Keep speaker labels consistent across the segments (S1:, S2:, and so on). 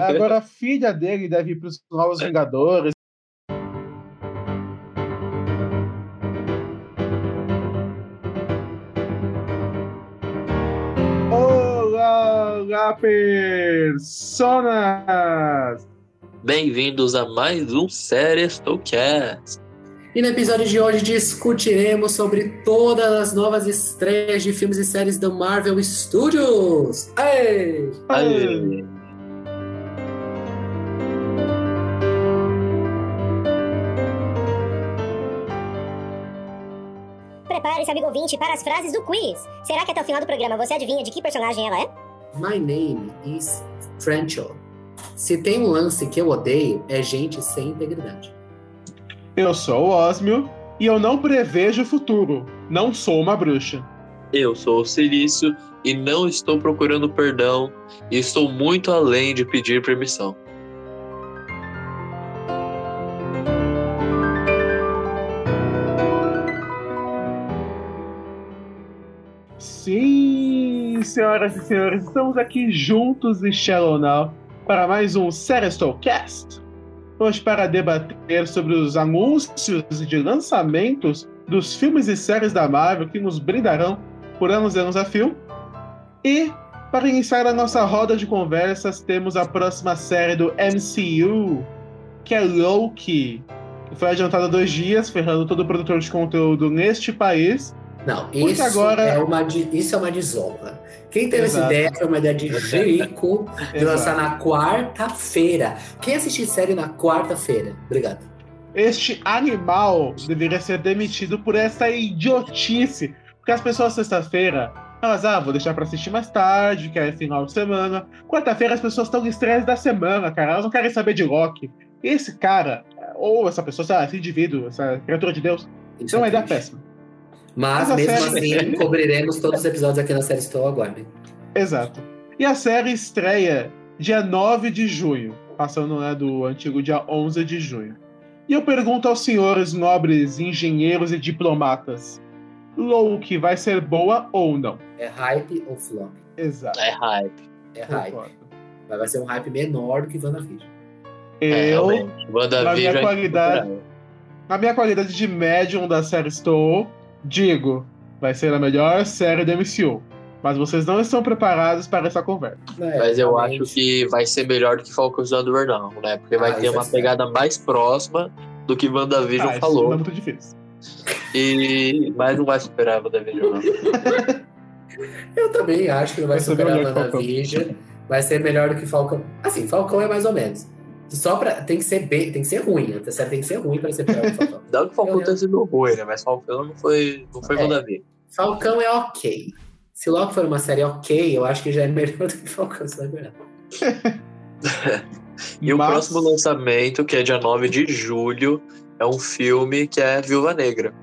S1: Agora a filha dele deve ir para os Novos Vingadores. Olá, olá, personas!
S2: Bem-vindos a mais um Séries Talkcast.
S3: E no episódio de hoje discutiremos sobre todas as novas estreias de filmes e séries da Marvel Studios. Ei!
S2: Aê.
S4: Prepare-se, amigo ouvinte, para as frases do quiz. Será que até o final do programa você adivinha de que personagem ela é?
S3: My name is Francho. Se tem um lance que eu odeio, é gente sem integridade.
S1: Eu sou o Osmio e eu não prevejo o futuro. Não sou uma bruxa.
S2: Eu sou o Silício e não estou procurando perdão e estou muito além de pedir permissão.
S1: Sim, senhoras e senhores, estamos aqui juntos e Shallow Now para mais um Serestolcast. Hoje para debater sobre os anúncios de lançamentos dos filmes e séries da Marvel que nos brindarão por anos e anos a fio. E para iniciar a nossa roda de conversas, temos a próxima série do MCU, que é Loki, que foi adiantada dois dias, ferrando todo produtor de conteúdo neste país.
S3: Não,
S1: Porque
S3: isso,
S1: agora-
S3: é uma, di- isso é uma desonra. Quem teve
S1: Exato.
S3: essa ideia foi uma ideia de Jerico de lançar na quarta-feira. Quem assistir série na quarta-feira? Obrigado.
S1: Este animal deveria ser demitido por essa idiotice. Porque as pessoas sexta-feira, elas, ah, vou deixar pra assistir mais tarde, que é final de semana. Quarta-feira as pessoas estão no estresse da semana, cara. Elas não querem saber de Loki. Esse cara, ou essa pessoa, sei lá, esse indivíduo, essa criatura de Deus,
S3: Isso
S1: não é da
S3: triste.
S1: péssima.
S3: Mas
S1: Mas a
S3: mesmo
S1: série-
S3: assim, cobriremos todos os episódios aqui na série Estou Aguardem.
S1: Exato. E a série estreia dia 9 de junho, passando né, do antigo dia 11 de junho. E eu pergunto aos senhores nobres, engenheiros e diplomatas: Loki vai ser boa ou não?
S3: É hype ou flop?
S1: Exato.
S2: É hype.
S3: É hype.
S1: concordo.
S3: Mas vai ser um hype menor do que WandaVision.
S2: É,
S1: Eu,
S2: realmente.
S1: na
S2: WandaVision
S1: minha
S2: é
S1: qualidade-
S2: incomparável.
S1: na minha qualidade de médium da série Estou, digo: vai ser a melhor série do MCU. Mas vocês não estão preparados para essa conversa.
S3: É,
S2: Mas eu
S3: realmente.
S2: acho que vai ser melhor do que Falcão e do Verdão, né? Porque vai
S3: Ah,
S2: ter
S3: isso é
S2: uma
S3: certo.
S2: pegada mais próxima do que WandaVision
S1: Ah, isso
S2: falou.
S1: não é muito difícil.
S2: E... Mas não vai superar WandaVision, não.
S3: Eu também acho que não vai
S1: Vai ser
S3: superar a
S1: melhor que Falcão.
S3: WandaVision. Vai ser melhor do que Falcão. Assim, Falcão é mais ou menos. Só pra. Tem que ser bem, tem que ser ruim. A série tem que ser ruim pra ser pior que Falcão.
S2: Não que Falcão
S3: Eu-
S2: tenha sido ruim, né? Mas Falcão não foi, não foi
S3: É.
S2: WandaVision.
S3: Falcão é ok. Se Loki for uma série ok, eu acho que já é melhor do que Falcão, você vai ver.
S2: E o
S1: Mas-
S2: próximo lançamento, que é dia 9 de julho, é um filme que é Viúva Negra.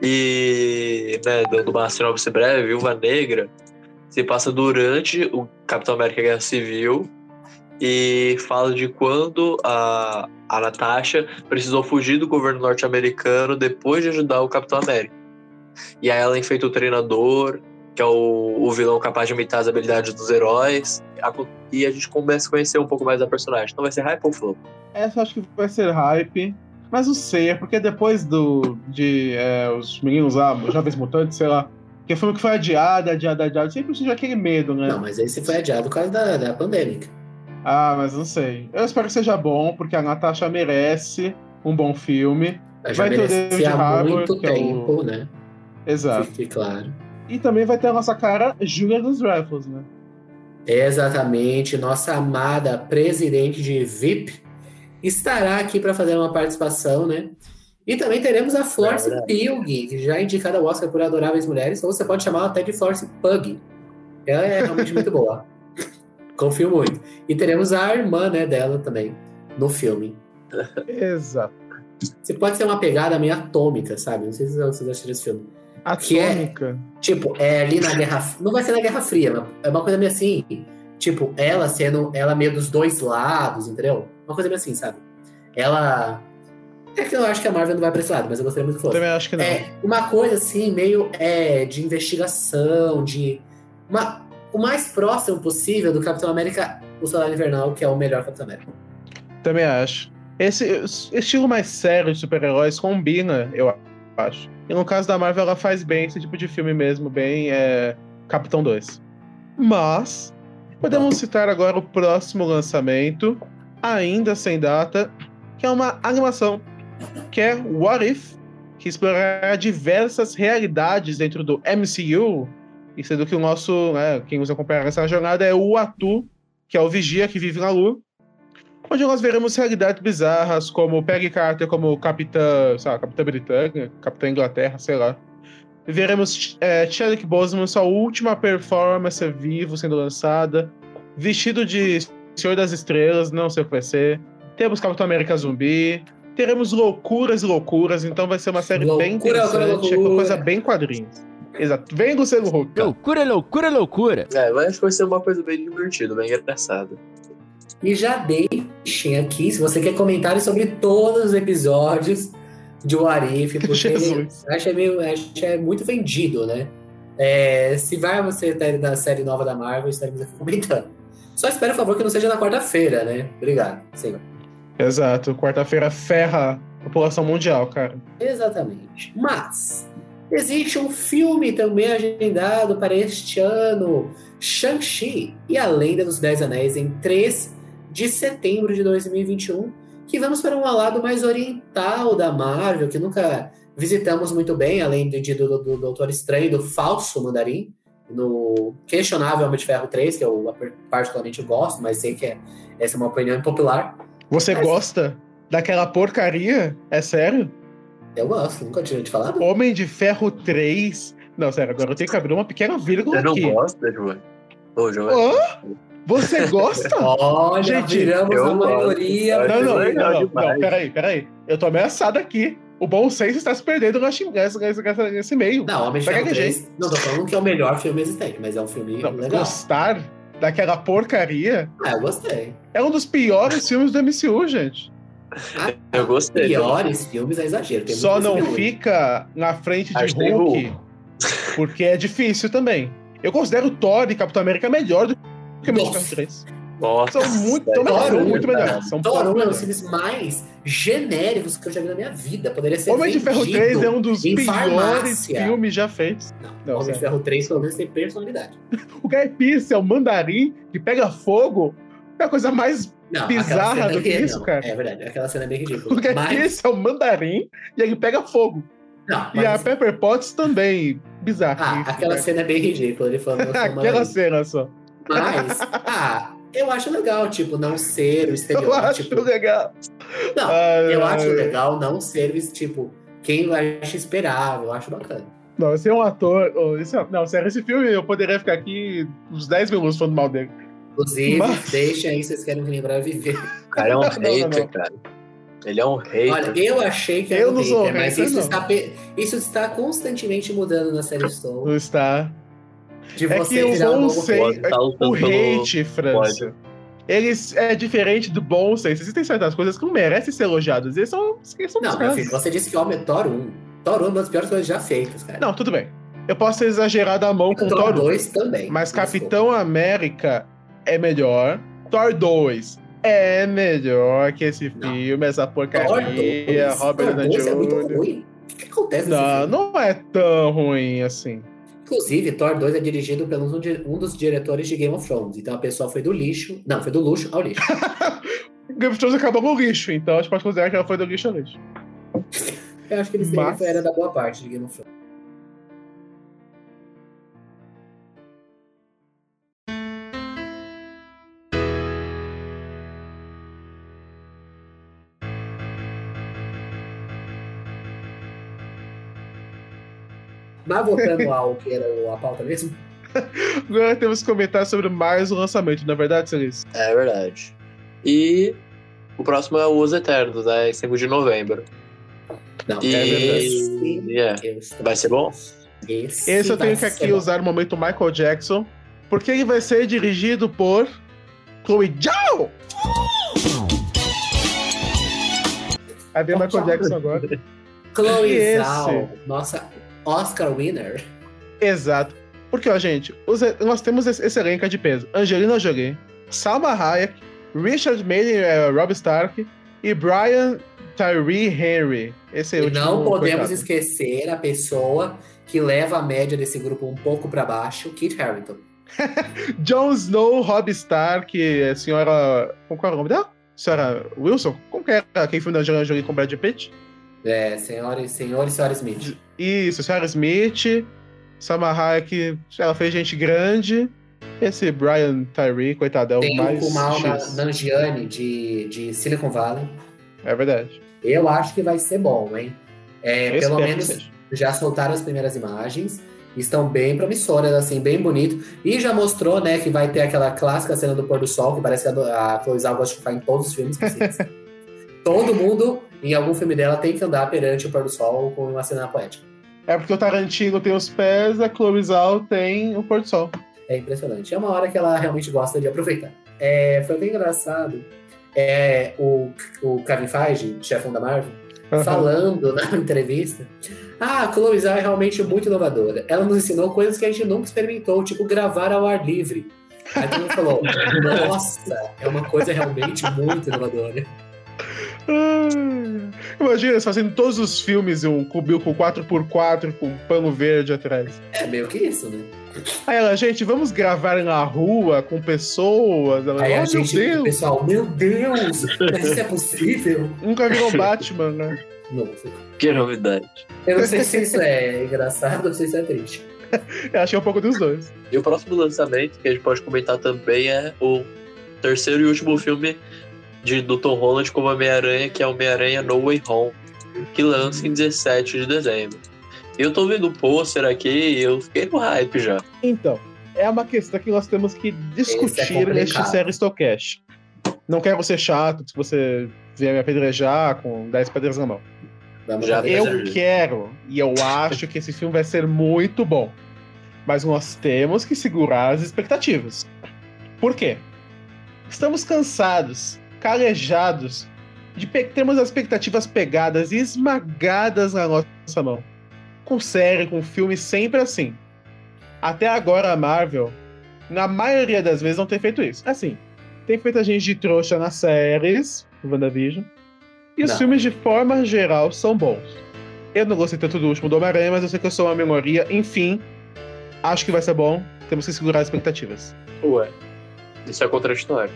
S2: E, né, dando uma sinopse breve, Viúva Negra se passa durante o Capitão América Guerra Civil e fala de quando a, a Natasha precisou fugir do governo norte-americano depois de ajudar o Capitão América. E aí ela enfeita o treinador, que é o, o vilão capaz de imitar as habilidades dos heróis. Acon- e a gente começa a conhecer um pouco mais da personagem. Então vai ser hype ou flop?
S1: Essa eu acho que vai ser hype. Mas não sei, é porque depois do. de é, os meninos lá, os Jovens Mutantes, sei lá. Que foi que foi adiado, adiado, adiado. Sempre surge aquele medo, né?
S3: Não, mas esse foi adiado por causa da, da pandêmica.
S1: Ah, mas não sei. Eu espero que seja bom, porque a Natasha merece um bom filme.
S3: Eu Já
S1: Vai ter o David
S3: merecia há
S1: Harbour,
S3: muito
S1: que é o- Tá.
S3: tempo, né?
S1: Exato.
S3: Fique claro.
S1: E também vai ter a nossa cara Julia dos Rifles, né?
S3: Exatamente, nossa amada presidente de VIP estará aqui para fazer uma participação, né? E também teremos a Florence
S2: Verdade.
S3: Pugh, que já é indicada ao Oscar por Adoráveis Mulheres, ou você pode chamar ela até de Florence Pugh. Ela é realmente muito boa. Confio muito. E teremos a irmã né, dela também no filme.
S1: Exato.
S3: Você pode ser uma pegada meio atômica, sabe? Não sei se vocês acharam esse filme. Que é-
S1: Atômica.
S3: Tipo, é ali na Guerra Não vai ser na Guerra Fria, mas é uma coisa meio assim. Tipo, ela sendo. Ela meio dos dois lados, entendeu? Uma coisa meio assim, sabe? Ela. É que eu acho que a Marvel não vai pra esse lado, mas eu gostaria muito que fosse.
S1: Também acho que não.
S3: É, uma coisa assim, meio é, de investigação, de. Uma, o mais próximo possível do Capitão América o Soldado Invernal, que é o melhor Capitão América.
S1: Também acho. Esse esse estilo mais sério de super-heróis combina, eu acho. E no caso da Marvel, ela faz bem esse tipo de filme mesmo, bem é, Capitão 2. Mas, é podemos citar agora o próximo lançamento, ainda sem data, que é uma animação, que é What If, que explorará diversas realidades dentro do MCU, e sendo que o nosso, né, quem nos acompanha nessa jornada é o Atu, que é o Vigia que vive na Lua, onde nós veremos realidades bizarras, como Peggy Carter como Capitã, sei lá, Capitã Britânia, Capitã Inglaterra, sei lá. Veremos é, Chadwick Boseman, sua última performance vivo sendo lançada, vestido de Senhor das Estrelas, não sei o que vai ser. Temos Capitão América Zumbi, teremos loucuras e loucuras, então vai ser uma série bem
S3: Loucura, loucura,
S1: interessante, é
S3: loucura.
S1: com coisa bem quadrinhos. Exato, vem do selo Hulk.
S5: Loucura, loucura, loucura.
S2: É, mas acho que vai ser uma coisa bem divertida, bem engraçada.
S3: E já deixem aqui, se você quer comentários sobre todos os episódios de O Arif, porque
S1: Jesus.
S3: eu acho, é meio, eu acho que é muito vendido, né? É, se vai você ter da série nova da Marvel, estaremos aqui comentando. Só espero, por favor, que não seja na quarta-feira, né? Obrigado. Sim.
S1: Exato, quarta-feira ferra a população mundial, cara.
S3: Exatamente. Mas existe um filme também agendado para este ano: Shang-Chi e a Lenda dos Dez Anéis, em 3 de setembro de 2021. Que vamos para um lado mais oriental da Marvel, que nunca visitamos muito bem, além de, de- do, do Doutor Estranho e do falso Mandarim, no questionável Homem de Ferro 3, que eu particularmente gosto, mas sei que é, essa é uma opinião impopular.
S1: Você
S3: Mas-
S1: gosta daquela porcaria? É sério?
S3: Eu gosto, nunca tinha te falado.
S1: Homem de Ferro 3? Não, sério, agora eu tenho que abrir uma pequena vírgula
S2: Você não
S1: aqui.
S2: gosta, Giovanni? Ô, Giovanni.
S1: Hã? Você gosta?
S3: Ó, já
S1: Gente,
S3: viramos
S2: eu
S3: a
S2: gosto.
S1: não,
S3: maioria.
S1: não, não,
S2: legal
S1: não, não,
S2: demais.
S1: peraí, peraí. Eu tô ameaçado aqui. O bom senso está se perdendo nesse, nesse, nesse, nesse meio.
S3: Não, Homem de
S1: Pra
S3: Ferro
S1: que que
S3: 3, não tô falando que é o melhor filme existente, mas é um filme
S1: Não,
S3: legal.
S1: gostar daquela porcaria
S3: Ah, eu gostei.
S1: é um dos piores filmes do MCU, gente.
S2: Eu gostei.
S3: Piores filmes é exagero. tem
S1: Só
S3: muito
S1: não
S3: filme ruim.
S1: fica na frente de
S2: Acho que tem
S1: Hulk, porque é difícil também. Eu considero Thor e Capitão América melhor do que o Homem de
S3: Nossa.
S1: Ferro 3.
S2: Nossa,
S1: São muito, são
S2: velho.
S1: melhores,
S3: Thor,
S1: muito
S2: cara.
S1: melhores. São
S3: Thor
S1: pouco
S3: um é um
S1: melhores.
S3: dos filmes mais genéricos que eu já vi na minha vida. Poderia ser
S1: Homem de Ferro 3 é um dos
S3: em
S1: piores
S3: farmácia.
S1: filmes já feitos.
S3: Não,
S1: Não, é.
S3: Homem de
S1: sério.
S3: Ferro 3 pelo menos tem personalidade.
S1: O Guy Pearce é o mandarim que pega fogo. É a coisa mais.
S3: Não, aquela
S1: Bizarra
S3: cena
S1: do que
S3: é-
S1: isso,
S3: não,
S1: cara.
S3: É verdade, aquela cena é bem
S1: O
S3: ridícula.
S1: Guy
S3: Mas,
S1: Pearce é o mandarim e ele pega fogo.
S3: não,
S1: E a
S3: mas,
S1: Pepper Potts também. Bizarro.
S3: ah,
S1: isso,
S3: aquela
S1: cara.
S3: cena é bem ridícula. Ele falando. eu sou uma
S1: Aquela cena só.
S3: Mas, ah, eu acho legal, tipo, não ser o
S1: Eu acho
S3: estereótipo.
S1: legal.
S3: tipo,
S1: Ah,
S3: Não,
S1: Ai,
S3: eu
S1: ai.
S3: acho legal não ser, tipo, quem a gente esperava, eu acho bacana.
S1: Não, esse é um ator. oh, esse é- não, sério, esse filme eu poderia ficar aqui uns 10 minutos falando mal dele.
S3: Inclusive,
S1: Mas-
S3: deixem aí, vocês querem me lembrar viver.
S2: O cara é um
S1: Não, não,
S2: hater,
S1: não.
S2: cara. Ele é um hater.
S3: Olha, eu achei que
S1: Eu
S3: era um
S1: não sou
S3: hater, mas
S1: hater,
S3: isso
S1: não.
S3: está, pe- isso está constantemente mudando na série Soul.
S1: Não está.
S3: De
S1: É
S3: você
S1: que eu
S3: virar um
S1: não
S3: novo
S1: sei.
S2: Pode tá
S1: O
S2: lutando pelo-
S1: hate, França. Eles é diferente do bom senso. Existem certas coisas que não merecem ser elogiadas. Eles são. Eles são
S3: Não, meu
S1: desgraças.
S3: filho, você disse que Homem é Thor 1. Thor 1 é uma das piores coisas já feitas, cara.
S1: Não, tudo bem. Eu posso ser exagerado a mão com o Thor 1,
S3: 2 também.
S1: mas
S3: Desculpa.
S1: Capitão América é melhor. Thor 2 é melhor que esse
S3: Não.
S1: filme, essa
S3: Thor
S1: porcaria,
S3: 2.
S1: Robert
S3: Thor 2 é muito
S1: Downey Jr.
S3: ruim. O que, que acontece nesse
S1: Não,
S3: filme?
S1: não é tão ruim assim.
S3: Inclusive, Thor 2 é dirigido pelo um, di- um dos diretores de Game of Thrones. Então a pessoa foi do lixo. Não, foi do luxo ao lixo.
S1: Game of Thrones acabou com o lixo, então a gente pode considerar que ela foi do lixo ao lixo.
S3: Eu acho que ele ele
S1: Mas-
S3: foi- era da boa parte de Game of Thrones. Mas voltando ao que era o- a pauta mesmo,
S1: Agora temos que comentar sobre mais um lançamento, na é verdade, Celis?
S2: É verdade. E o próximo é o Os Eternos, né? Em 5 de novembro.
S3: não,
S2: E...
S1: é verdade.
S3: esse,
S2: e é.
S3: eu estou-
S2: Vai ser bom?
S3: Esse,
S1: Esse eu
S3: vai
S1: tenho que
S3: ser
S1: aqui
S3: bom.
S1: usar o momento Michael Jackson, porque ele vai ser dirigido por Chloe Zhao. Aí vem Michael Jackson agora.
S3: Chloe
S1: Esse.
S3: Zhao, nossa Oscar winner.
S1: Exato. Porque, ó, gente, os- nós temos esse esse elenco de peso. Angelina Jolie, Salma Hayek, Richard Madden, eh, Rob Stark e Brian Tyree Henry. Esse é o
S3: E
S1: último,
S3: não podemos
S1: coitado.
S3: esquecer a pessoa que leva a média desse grupo um pouco pra baixo, Kit Harington.
S1: Jon Snow, Rob Stark, a senhora. Qual era o nome dela? Senhora Wilson? Como que é? Ah, era aquele filme da Angelina Jolie com Brad Pitt?
S3: É, senhora, e- senhor e senhora Smith.
S1: Isso, senhora Smith, Salma Hayek, ela fez gente grande. Esse Brian Tyree, coitadão,
S3: Tem um o
S1: É mais.
S3: Kumal Na-
S1: X.
S3: Nanjiani de, de Silicon Valley.
S1: É verdade.
S3: Eu acho que vai ser bom, hein? É,
S1: Eu espero
S3: pelo
S1: que
S3: menos
S1: seja.
S3: já soltaram as primeiras imagens. Estão bem promissoras, assim, bem bonito. E já mostrou, né, que vai ter aquela clássica cena do pôr do sol, que parece que a do- a Chloe Zhao gosta de ficar em todos os filmes possíveis. Todo mundo, em algum filme dela, tem que andar perante o pôr do sol com uma cena poética.
S1: É porque o Tarantino tem os pés, a Chloe Zhao tem o pôr do sol.
S3: É impressionante. É uma hora que ela realmente gosta de aproveitar. É, foi bem engraçado. É, o, o Kevin Feige, chefão da Marvel, falando na entrevista. Ah, a Chloe Zhao é realmente muito inovadora. Ela nos ensinou coisas que a gente nunca experimentou, tipo gravar ao ar livre. Aí todo mundo falou, nossa, é uma coisa realmente muito inovadora.
S1: Ah, Imagina eles fazendo todos os filmes em um cubil com 4x4 com pano verde atrás.
S3: É meio que isso, né?
S1: Aí ela, gente, vamos gravar na rua com pessoas. Ela,
S3: Aí
S1: oh,
S3: a
S1: meu
S3: gente, o
S1: Deus,
S3: pessoal, meu Deus, mas isso é possível?
S1: nunca viram Batman, né?
S3: Nossa,
S2: Que novidade.
S3: eu não sei se isso é engraçado ou se isso é triste.
S1: Eu achei um pouco dos dois.
S2: E o próximo lançamento que a gente pode comentar também é o terceiro e último filme de, do Tom Holland como Homem-Aranha, que é Homem-Aranha No Way Home, que lança em 17 de dezembro. E eu tô vendo o pôster aqui e eu fiquei no hype já.
S1: Então, é uma questão que nós temos que discutir
S3: é complicado.
S1: neste série Stocast. Não quero ser chato se você vier me apedrejar com 10 pedras na mão.
S3: Vamos
S2: Já
S3: lá.
S2: vi.
S1: Eu
S2: Apedrejar.
S1: quero e eu acho que esse filme vai ser muito bom. Mas nós temos que segurar as expectativas. Por quê? Estamos cansados, calejados de pe- termos as expectativas pegadas e esmagadas na nossa mão. Com série, com filme, sempre assim. Até agora a Marvel, na maioria das vezes, não tem feito isso. Assim, tem feito a gente de trouxa nas séries, WandaVision, e os
S3: Não.
S1: filmes, de forma geral, são bons. Eu não gostei tanto do último do Homem-Aranha, mas eu sei que eu sou uma minoria. Enfim, acho que vai ser bom. Temos que segurar as expectativas.
S2: Ué, isso é contraditório.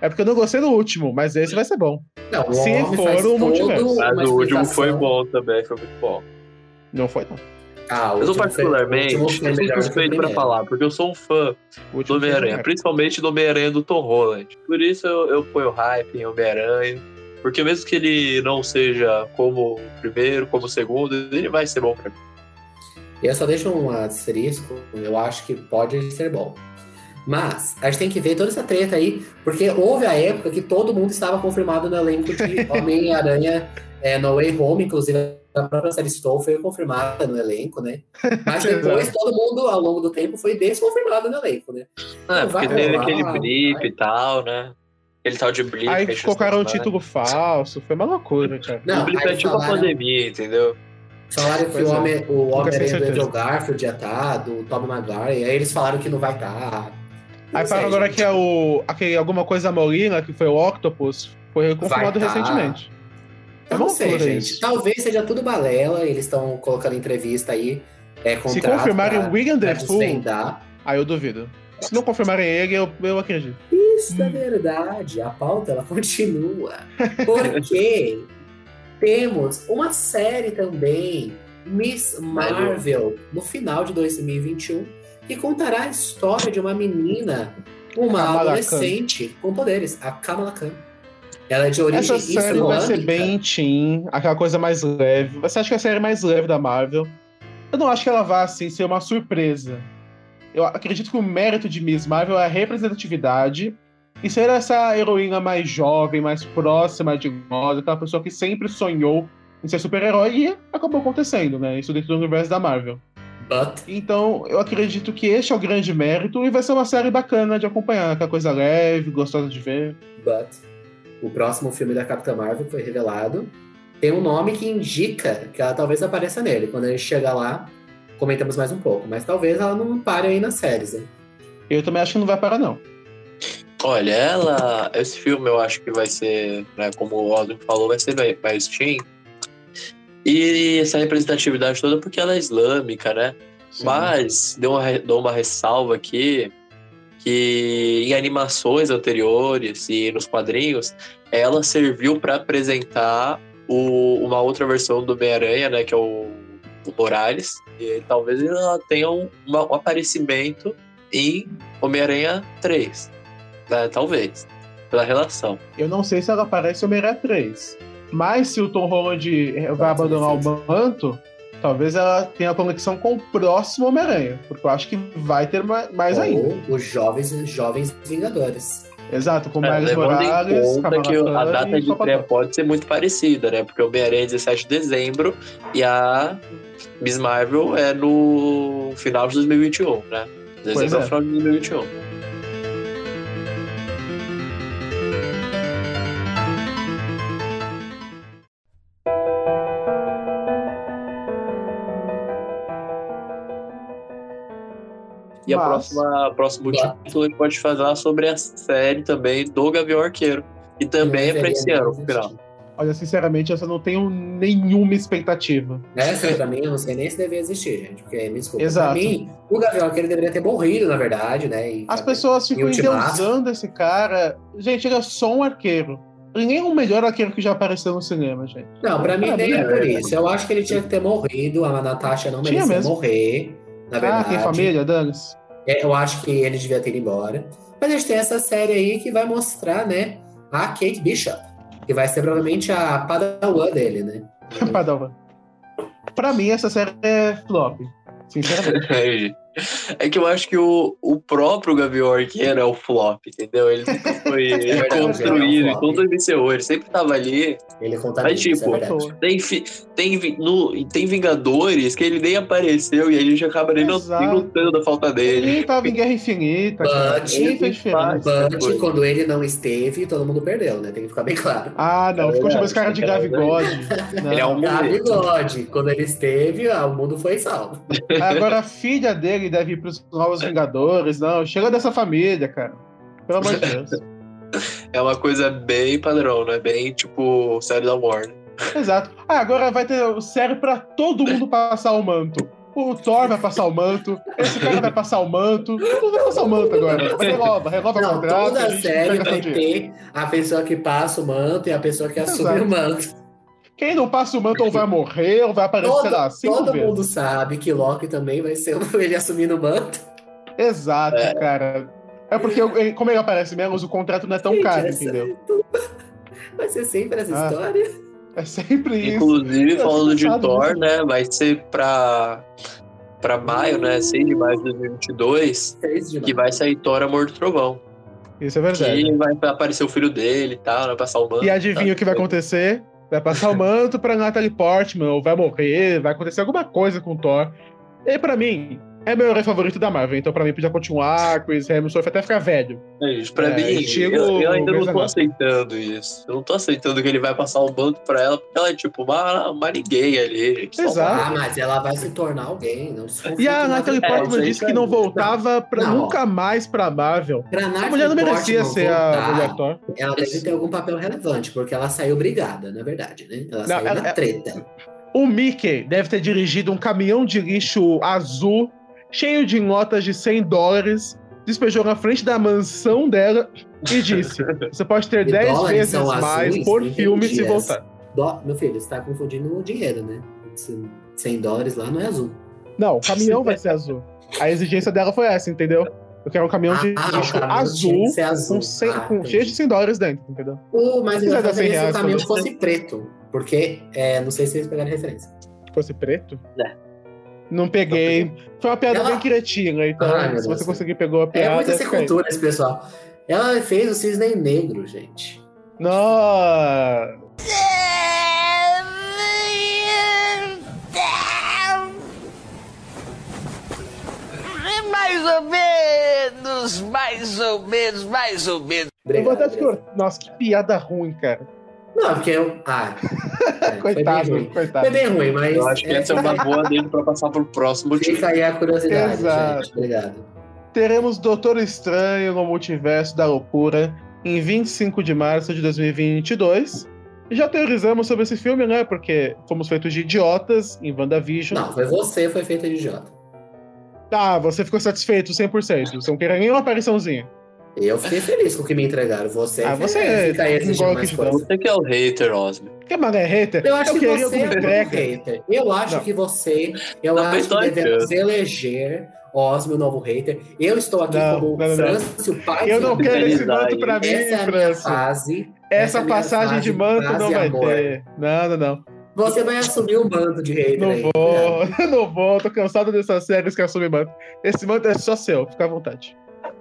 S1: É porque eu não gostei do último, mas esse vai ser bom.
S3: Não, o
S1: Se
S3: homem
S1: for
S3: faz
S1: o
S3: todo
S1: multiverso.
S3: uma
S2: Mas o último foi
S3: explicação.
S2: bom também, foi muito bom.
S1: Não foi, não.
S3: Ah, o
S2: Mas eu
S3: último foi- o
S2: particularmente,
S3: último
S2: eu
S3: foi
S2: sou
S3: melhor que o
S2: suspeito pra
S3: primeiro.
S2: falar, porque eu sou um fã
S1: O
S2: do
S1: último foi
S2: Homem-Aranha,
S1: melhor.
S2: principalmente do Homem-Aranha do Tom Holland. Por isso eu, eu ponho hype em Homem-Aranha, porque mesmo que ele não seja como o primeiro, como o segundo, ele vai ser bom pra mim.
S3: E eu só deixo um asterisco, eu acho que pode ser bom. Mas a gente tem que ver toda essa treta aí, porque houve a época que todo mundo estava confirmado no elenco de Homem-Aranha é, No Way Home, inclusive a própria série Stoll foi confirmada no elenco, né? Mas depois todo mundo, ao longo do tempo, foi desconfirmado no elenco, né?
S2: Ah,
S3: Vai
S2: porque teve
S3: rolar,
S2: aquele blip
S3: vai.
S2: e tal, né? Aquele tal de blip. que a
S1: Aí
S2: gente
S1: colocaram um
S2: sabe, né?
S1: título falso, foi uma loucura, cara.
S3: Não,
S2: o blip
S3: aí
S2: é tipo a
S3: falaram-
S2: pandemia, entendeu?
S3: Falaram que
S1: Pois
S3: o
S1: é.
S3: homem-
S1: Nunca
S3: o
S1: sem
S3: Homem-Aranha do
S1: certeza.
S3: Andrew Garfield já tá, do Tobey Maguire, e aí eles falaram que não vai tá. estar.
S1: Aí falaram agora que é o, aquele, alguma coisa Molina, que foi o Octopus, foi reconfirmado
S3: Vai tá.
S1: recentemente. É
S3: Eu não sei,
S1: loucura
S3: gente. Talvez seja tudo balela, eles estão colocando entrevista aí. É,
S1: Se
S3: contrato
S1: confirmarem
S3: pra-
S1: o William
S3: pra
S1: Defoe,
S3: desvendar.
S1: aí eu duvido. Se não confirmarem ele, eu, eu acredito.
S3: Isso é
S1: Hum.
S3: verdade. A pauta ela continua. Porque temos uma série também, Miss Marvel, no final de 2021, que contará a história de uma menina, uma
S1: Kamala Khan.
S3: adolescente com poderes, a Kamala Khan. Ela é de origem
S1: Essa série vai ser
S3: islâmica.
S1: bem teen, aquela coisa mais leve. Você acha que é a série mais leve da Marvel? Eu não acho que ela vá, assim, ser uma surpresa. Eu acredito que o mérito de Miss Marvel é a representatividade e ser essa heroína mais jovem, mais próxima de nós, aquela pessoa que sempre sonhou em ser super-herói e acabou acontecendo, né? Isso dentro do universo da Marvel.
S3: But
S1: Então, eu acredito que este é o grande mérito e vai ser uma série bacana de acompanhar, aquela coisa leve, gostosa de ver.
S3: But o próximo filme da Capitã Marvel foi revelado. Tem um nome que indica que ela talvez apareça nele. Quando a gente chegar lá, comentamos mais um pouco. Mas talvez ela não pare aí nas séries, né?
S1: Eu também acho que não vai parar, não.
S2: Olha, ela. Esse filme eu acho que vai ser, né, como o Osmo falou, vai ser para Steam. E essa representatividade toda porque ela é islâmica, né?
S1: Sim.
S2: Mas deu uma, re- dou uma ressalva aqui que em animações anteriores e nos quadrinhos, ela serviu para apresentar o- uma outra versão do Homem-Aranha, né? Que é o, o Morales. E talvez ela tenha um, uma- um aparecimento em Homem-Aranha 3. né, Talvez. Pela relação.
S1: Eu não sei se ela aparece em Homem-Aranha 3. Mas se o Tom Holland vai abandonar o manto, talvez ela tenha conexão com o próximo Homem-Aranha. Porque eu acho que vai ter ma- mais ainda.
S3: Ou os jovens, jovens Vingadores.
S1: Exato, com
S2: É,
S1: Miles
S2: levando em
S1: Morales,
S2: conta que
S1: Kamala
S2: a
S1: Khan
S2: data
S1: e
S2: de
S1: Topatã.
S2: estreia pode ser muito parecida, né? Porque o Homem-Aranha é 17 de dezembro e a Miss Marvel é no final de 2021, né?
S1: Pois
S2: Dezembro é
S1: é.
S2: o final de 2021. E a
S1: Mas-
S2: próxima, a próxima
S3: Tá.
S2: título a gente pode falar sobre a série também do Gavião Arqueiro. E também é pra esse ano, no final.
S1: Olha, sinceramente, essa eu não tenho nenhuma expectativa.
S3: Essa Né? pra mim, eu não sei nem se devia existir, gente. Porque, me desculpa.
S1: Exato.
S3: Pra mim, o Gavião Arqueiro deveria ter morrido, na verdade, né? e-
S1: As pessoas ficam
S3: Ultimato.
S1: endeusando esse cara. Gente, ele é só um arqueiro. Ele nem é o melhor arqueiro que já apareceu no cinema, gente.
S3: Não, pra mim
S1: Ah,
S3: nem é
S1: beleza.
S3: por isso. Eu acho que ele tinha que ter morrido. A Natasha não
S1: Tinha
S3: merecia
S1: mesmo.
S3: morrer.
S1: ah,
S3: Na É verdade.
S1: tem família, Danis?
S3: É, Eu acho que ele devia ter ido embora. Mas a gente tem essa série aí que vai mostrar, né? A Kate Bishop. Que vai ser provavelmente a padawan dele, né?
S1: Padawan. Pra mim, essa série é flop. Sinceramente.
S2: Entendi. É que eu acho que o, o próprio Gavião Arqueiro é o flop, entendeu? Ele sempre foi
S1: É
S3: verdade,
S2: construído
S3: é o
S2: em
S3: flop.
S2: todo o MCU, ele sempre tava ali.
S3: Ele conta
S2: Mas,
S3: isso,
S2: tipo,
S3: é verdade.
S1: Toa.
S2: Tem, fi- tem, vi- no, e tem Vingadores que ele nem apareceu e a gente acaba nem not-
S1: Exato.
S2: nem notando da falta
S3: É.
S2: dele.
S1: Ele tava em Guerra Infinita. cara.
S3: But-
S1: Ele fez
S2: ah,
S1: diferença.
S3: Bunch,
S2: depois.
S3: quando ele não esteve, todo mundo perdeu, né? Tem que ficar bem claro.
S1: Ah, não. Ficou chamando esse cara de Gavi God. Não.
S2: Ele é um
S3: Gabi
S2: mulher.
S3: God, Tá, quando ele esteve, ah, o mundo foi salvo.
S1: Agora a filha dele deve ir pros Novos Vingadores. Não, chega dessa família, cara. Pelo amor de Deus.
S2: É uma coisa bem padrão, né? Bem tipo série da Warner.
S1: Exato. Ah, agora vai ter o sério pra todo mundo passar o manto. O Thor vai passar o manto, esse cara vai passar o manto, todo mundo vai passar o manto agora. Vai, Renova, renova o
S3: Não,
S1: contrato.
S3: toda
S1: a gente
S3: série
S1: pega seu
S3: vai
S1: dinheiro.
S3: ter a pessoa que passa o manto e a pessoa que assume
S1: Exato.
S3: o manto.
S1: Quem não passa o manto ou vai morrer, ou vai aparecer, sei lá,
S3: Todo,
S1: cinco
S3: todo
S1: vezes.
S3: mundo sabe que Loki também vai ser o- ele assumindo o manto.
S1: Exato, cara. É porque, eu- como ele aparece menos, o contrato não é tão
S3: Gente,
S1: caro,
S3: essa-
S1: entendeu?
S3: Vai ser sempre essa
S1: Ah.
S3: história.
S1: É sempre isso.
S2: Inclusive,
S1: Eu
S2: falando de
S1: sabe
S2: Thor,
S1: disso.
S2: né? Vai ser pra, pra maio,
S1: Hum.
S2: né? 6 de maio de 2022,
S3: 3 de
S2: que vai sair Thor Amor do Trovão.
S1: Isso é verdade.
S2: Que vai aparecer o filho dele e tal, né? vai passar o manto.
S1: E adivinha o que vai
S2: tá?
S1: acontecer? Vai passar o manto pra Natalie Portman, ou vai morrer, vai acontecer alguma coisa com o Thor. E pra mim, é meu herói favorito da Marvel, então pra mim podia continuar, Chris Hemsworth até ficar velho.
S2: Gente, Pra
S1: É,
S2: mim,
S1: chega
S2: eu, eu
S1: o
S2: ainda não
S1: Grey's
S2: tô
S1: Anatomy.
S2: aceitando isso. Eu não tô aceitando que ele vai passar o manto pra ela, porque ela é tipo uma, uma ninguém ali. gente. Só
S1: Exato.
S3: Ah, mas ela vai se tornar alguém. Não se
S1: E a
S3: confunde,
S1: Natalie
S2: é,
S1: Portman
S2: isso aí
S1: disse
S2: pra
S1: que não
S2: mim.
S1: voltava pra-
S3: Não.
S1: nunca mais pra Marvel.
S3: Pra
S1: A
S3: Natalie
S1: mulher não merecia
S3: Portman
S1: ser a
S3: voltar,
S1: mulher Thor.
S3: Ela deve ter algum papel relevante, porque ela saiu brigada, na verdade, né? Ela saiu
S1: ela-
S3: na treta.
S1: O Mickey deve ter dirigido um caminhão de lixo azul, cheio de notas de 100 dólares, despejou na frente da mansão dela e disse: Você pode ter
S3: E
S1: 10
S3: dólares
S1: vezes
S3: são
S1: mais
S3: azuis?
S1: por
S3: Não
S1: filme
S3: entendi
S1: se
S3: essa.
S1: voltar.
S3: Dó- Meu filho, você tá confundindo o dinheiro, né? Esse 100 dólares lá não é azul.
S1: Não, o caminhão vai ser azul. A exigência dela foi essa, entendeu? Eu quero um caminhão de
S3: Ah, o
S1: lixo
S3: caminhão
S1: azul
S3: tinha que ser é azul.
S1: com, 100
S3: Ah,
S1: com cheio de
S3: entendi.
S1: 100 dólares dentro, entendeu?
S3: Pô, mas eu
S1: Apesar
S3: já
S1: da
S3: fazer
S1: 100
S3: se o
S1: reais,
S3: caminhão
S1: quando-
S3: fosse preto. Porque, é, não sei se vocês pegaram a referência.
S1: Se fosse preto.
S2: É.
S1: Não peguei. Foi uma piada
S3: Ela-
S1: bem cretina, então
S3: Ai, meu
S1: se
S3: Deus.
S1: você conseguir pegou a
S3: É
S1: piada.
S3: muita essa
S1: fica aí.
S3: cultura, esse pessoal. Ela fez o cisne negro, gente.
S1: Nossa!
S6: Mais ou menos, mais ou menos, mais ou menos.
S1: Eu vou até
S3: Obrigado, Brasil.
S1: descor- Nossa, que piada ruim, cara.
S3: Não, porque eu. Ah, é,
S1: Coitado,
S3: Foi bem ruim,
S1: coitado.
S3: foi bem ruim mas.
S2: é um Eu acho que essa é uma boa dele pra passar pro próximo título.
S3: Fica aí a curiosidade,
S1: Exato.
S3: gente. Obrigado.
S1: teremos Doutor Estranho no Multiverso da Loucura em 25 de março de 2022. E já teorizamos sobre esse filme, né? Porque fomos feitos de idiotas em WandaVision.
S3: Não, foi você, foi feito de idiota.
S1: Ah, você ficou satisfeito 100%. Você não queria nenhuma apariçãozinha.
S3: Eu fiquei feliz com o que me entregaram. Você
S1: Ah, você é-
S3: fica aí exigindo
S1: igual
S3: mais
S1: que
S3: coisa.
S2: Você que é o hater, Osme.
S1: Que mané hater?
S3: Eu acho que
S1: queria
S3: você é
S1: algum
S3: um
S1: treca.
S3: hater. Eu acho
S1: Não.
S3: que você. Eu
S2: Não, mas
S3: acho
S2: não
S3: que devemos
S2: adianta.
S3: eleger Osme, o novo hater. Eu estou aqui
S1: Não,
S3: como
S1: não, não, não.
S3: Francis, o pai
S1: Eu
S3: de
S1: não
S3: André.
S1: quero esse
S2: Organizar
S1: manto pra mim,
S3: Essa é a minha
S1: França.
S3: fase.
S1: Essa
S3: é a minha
S1: passagem
S3: fase
S1: de manto
S3: paz
S1: não
S3: e
S1: vai
S3: amor.
S1: ter. Não, não, não.
S3: Você vai assumir o manto de hater.
S1: Não
S3: aí.
S1: vou, não vou. Tô cansado dessas séries que assumem manto. Esse manto é só seu, fica à vontade.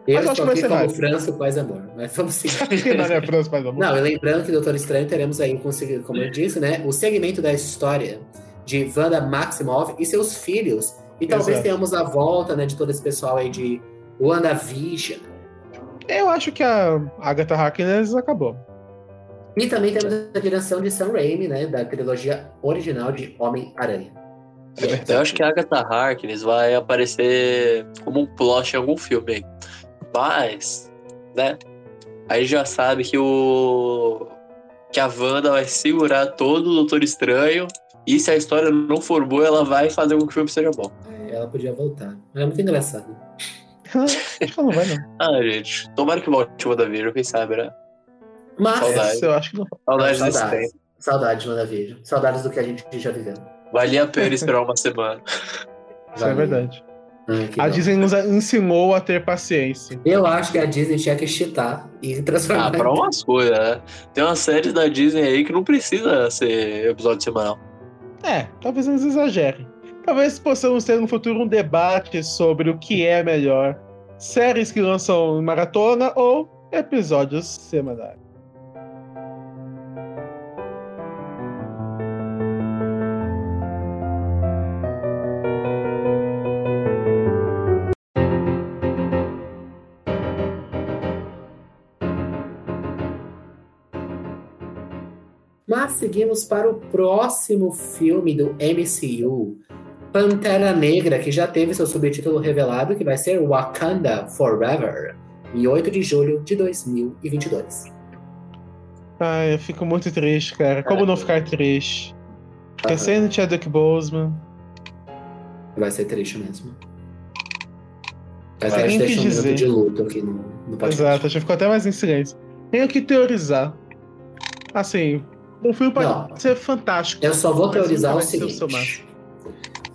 S3: Eu
S1: Mas acho
S3: estou
S1: que vai
S3: aqui
S1: ser
S3: como
S1: mais.
S3: França, o paz e amor. Mas vamos seguir.
S1: Que mané França faz amor.
S3: Não, e lembrando que Doutor Estranho teremos aí, consegui- como eu disse, né? O segmento da história de Wanda Maximoff e seus filhos. E talvez
S1: Exato.
S3: tenhamos a volta, né, de todo esse pessoal aí de WandaVision.
S1: Eu acho que a Agatha Harkness acabou.
S3: E também temos a direção de Sam Raimi, né? Da trilogia original de Homem-Aranha.
S2: Eu acho que a Agatha Harkness vai aparecer como um plot em algum filme. aí. Mas, né? Aí já sabe que o. que a Wanda vai segurar todo o Doutor Estranho. E se a história não for boa, ela vai fazer com que o filme seja bom.
S3: Ela podia voltar. Mas é muito engraçado.
S1: acho que ela não vai, não.
S2: Ah, gente. Tomara que volte o WandaVision, quem sabe, né?
S3: Mas.
S2: Saudades.
S1: Essa eu acho que não.
S2: Saudades desse
S3: Saudades,
S2: tempo.
S3: saudades de WandaVision. Saudades do que a gente já viveu.
S2: Valia a pena esperar uma semana.
S1: Isso é
S3: Valeu.
S1: verdade.
S3: Ai, que
S1: A
S3: bom.
S1: Disney nos ensinou a ter paciência.
S3: Eu acho que a Disney tinha que cheatar e transformar.
S2: Ah, pra umas coisas, né? Tem uma série da Disney aí que não precisa ser episódio semanal.
S1: É, talvez eles exagerem. Talvez possamos ter no futuro um debate sobre o que é melhor: séries que lançam em maratona ou episódios semanais.
S3: Mas seguimos para o próximo filme do MCU, Pantera Negra, que já teve seu subtítulo revelado, que vai ser Wakanda Forever, em 8 de julho de 2022.
S1: Ai, eu fico muito triste, cara. Como não ficar triste? Esquecendo Chadwick Boseman.
S3: Vai ser triste mesmo. Mas
S1: Tem
S3: a gente
S1: que
S3: deixa um minuto
S1: dizer.
S3: de luto aqui no, no podcast.
S1: Exato, a gente ficou até mais em silêncio. Tenho que teorizar. Assim, um filme pode
S3: Não.
S1: ser fantástico.
S3: Eu só vou
S1: Mas
S3: teorizar o
S1: vai ser o seu
S3: seguinte.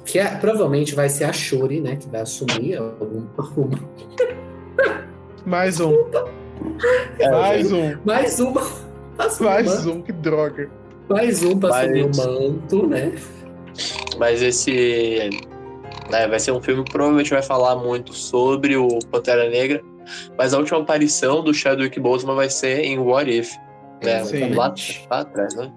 S3: Que é- provavelmente vai ser a Shuri, né? Que vai assumir algum, algum-
S1: Mais um.
S3: É.
S1: mais um.
S3: mais uma.
S1: Mais um, que droga.
S3: Mais um pra
S2: Mais-
S3: assumir o manto, né?
S2: Mas esse. né, vai ser um filme que provavelmente vai falar muito sobre o Pantera Negra. Mas a última aparição do Chadwick Boseman vai ser em What If. Né?
S1: Sim.
S2: Lá, lá atrás, né?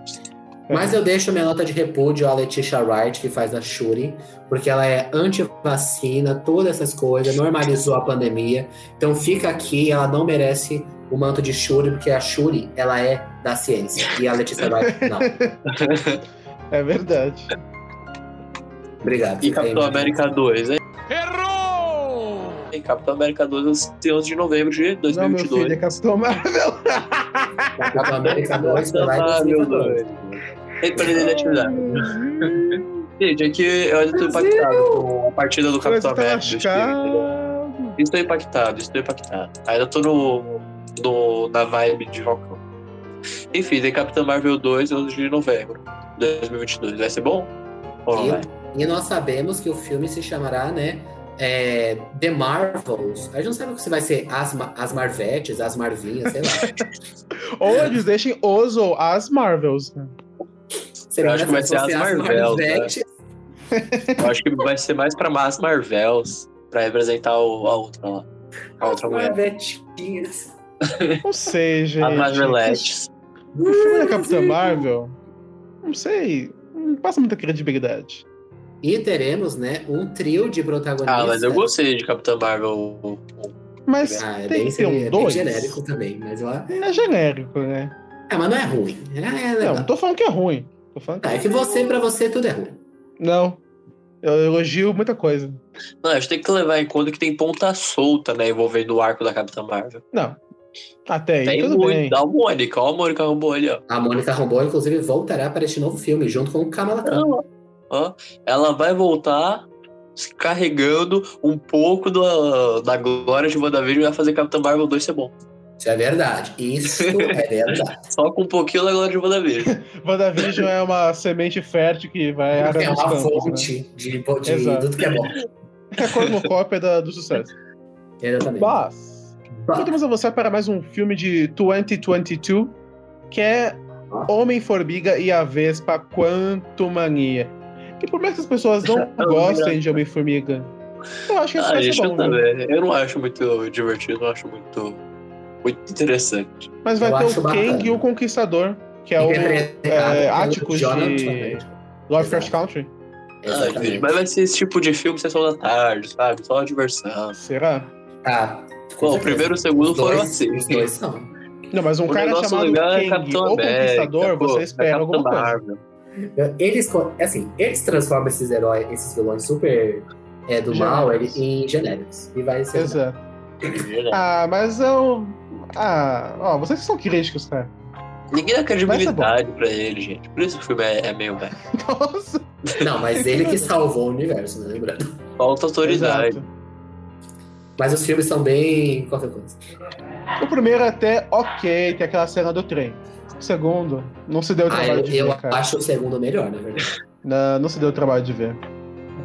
S3: Mas eu deixo minha nota de repúdio à Letitia Wright, que faz a Shuri, porque ela é anti-vacina, todas essas coisas, normalizou a pandemia. Então fica aqui, ela não merece o manto de Shuri, porque a Shuri, ela é da ciência. E a Letitia Wright, não.
S1: É verdade.
S3: Obrigado.
S2: E Capitão
S3: É,
S2: América 2, hein?
S6: Errou!
S2: E Capitão América 2 é 11 de novembro de
S1: Não, meu filho,
S2: 2022.
S1: é Capitão Marvel.
S3: Capitão
S1: Tá
S3: América 2, foi lá em
S2: Ah, meu
S3: 2014.
S2: Deus. Representatividade. Gente, é que eu ainda tô impactado com a partida do
S1: Mas
S2: Capitão
S1: tá
S2: América. do filme, entendeu?
S1: machucado.
S2: Estou impactado, estou impactado. Ainda tô no, no- na vibe de Rocão. Enfim, tem Capitão Marvel 2, 11 de novembro de 2022. Vai ser bom? Ou não vai?
S3: E nós sabemos que o filme se chamará, né? é, The Marvels. A gente não sabe se vai ser as, Ma- as Marvetes, as Marvinhas, sei lá.
S1: Ou eles deixem os ou as Marvels. né?
S3: Seria
S2: Eu acho que vai ser
S3: engraçado se
S2: as
S3: fosse
S2: Marvel, né? Eu acho que vai ser mais pra Mas Marvels, pra representar o- a outra lá. A outra mulher.
S3: Marvetinhas.
S1: Não sei, gente.
S2: As Marvelettes.
S1: O filme da Capitã Marvel, não sei, não passa muita credibilidade.
S3: E teremos, né, um trio de protagonistas.
S2: Ah, mas eu gostei de Capitão Marvel. um
S1: Mas
S3: Ah,
S1: tem
S3: é bem,
S1: que ter um
S3: é bem
S1: dois.
S3: genérico também, mas eu... Ah,
S1: É genérico, né?
S3: mas não é ruim. É, é
S1: Não,
S3: legal. Tá,
S1: não tô falando que é ruim. Tô falando que...
S3: Ah, é que você, pra você, tudo é ruim.
S1: Não. Eu elogio muita coisa.
S2: Não, a gente tem que levar em conta que tem ponta solta, né? Envolvendo o arco da Capitã Marvel.
S1: Não. Até aí,
S2: tem
S1: tudo
S2: muito.
S1: bem.
S2: Dá o Mônica, ó, a Mônica arrombou ali, ó.
S3: A Mônica Rambeau, inclusive, voltará para este novo filme, junto com o Kamala Khan.
S2: Não, ó. Ela vai voltar se carregando um pouco da, da glória de WandaVision e vai fazer Capitã Marvel 2 ser bom.
S3: Isso é verdade. Isso é verdade.
S2: Só com um pouquinho da glória de WandaVision.
S1: WandaVision é uma semente fértil que vai
S3: É,
S1: arar os
S3: uma
S1: campos, né?
S3: fonte de, de
S1: Exato.
S3: tudo que é bom.
S1: É a cosmocópia da- do sucesso.
S3: Exatamente.
S1: Mas,
S3: Bah.
S1: voltamos a você para mais um filme de 2022, que é
S3: Ah.
S1: Homem-Formiga e a Vespa Quantumania. E por mais que as pessoas não
S3: é um
S1: gostem de Homem-Formiga, eu acho que esse
S2: Ah,
S1: vai
S2: gente,
S1: ser
S2: eu
S1: bom, né?
S2: também. Eu não acho muito divertido, não acho muito, muito interessante.
S1: Mas vai
S3: Eu
S1: ter
S3: acho
S1: o Kang
S3: bacana.
S1: e o Conquistador, que é o
S3: Interpretado
S1: é,
S3: pelo
S1: Áticos
S3: Jonathan
S1: de-
S3: Major.
S1: Lovecraft
S3: Exato.
S1: Country.
S2: Ah, gente,
S3: Exatamente.
S2: mas vai ser esse tipo de filme sessão da tarde, sabe? Só uma diversão.
S1: Será?
S3: Tá. com
S2: Bom, o
S3: certeza.
S2: primeiro e o segundo
S3: Os dois-
S2: foram assim.
S3: Os dois são.
S1: Não, mas um
S2: O
S1: cara
S2: negócio
S1: chamado
S2: legal é
S1: Kang
S2: Capitão
S1: ou
S2: América,
S1: Conquistador,
S2: pô,
S1: você
S2: é
S1: espera
S2: Capitão
S1: alguma coisa.
S2: Marvel.
S3: Eles, co- assim, eles transformam esses heróis, esses vilões super é, do mal ele-
S1: Genéricos.
S3: em genéricos. E vai ser.
S1: Exato.
S2: É.
S1: Ah, mas eu. Ah, ó, vocês que são críticos, cara.
S2: Ninguém dá
S1: Vai
S2: credibilidade pra ele, gente. Por isso que o filme é, é meio velho.
S1: Nossa.
S3: Não, mas ele que salvou o universo, né? Lembrando.
S2: Falta autoridade.
S1: Exato.
S3: Mas os filmes são bem qualquer coisa.
S1: O primeiro é até ok, tem aquela cena do trem. O segundo, não se deu o
S3: Ah,
S1: trabalho
S3: eu,
S1: de
S3: eu
S1: ver, cara.
S3: acho o segundo melhor, na verdade.
S1: Não, não se deu o trabalho de ver.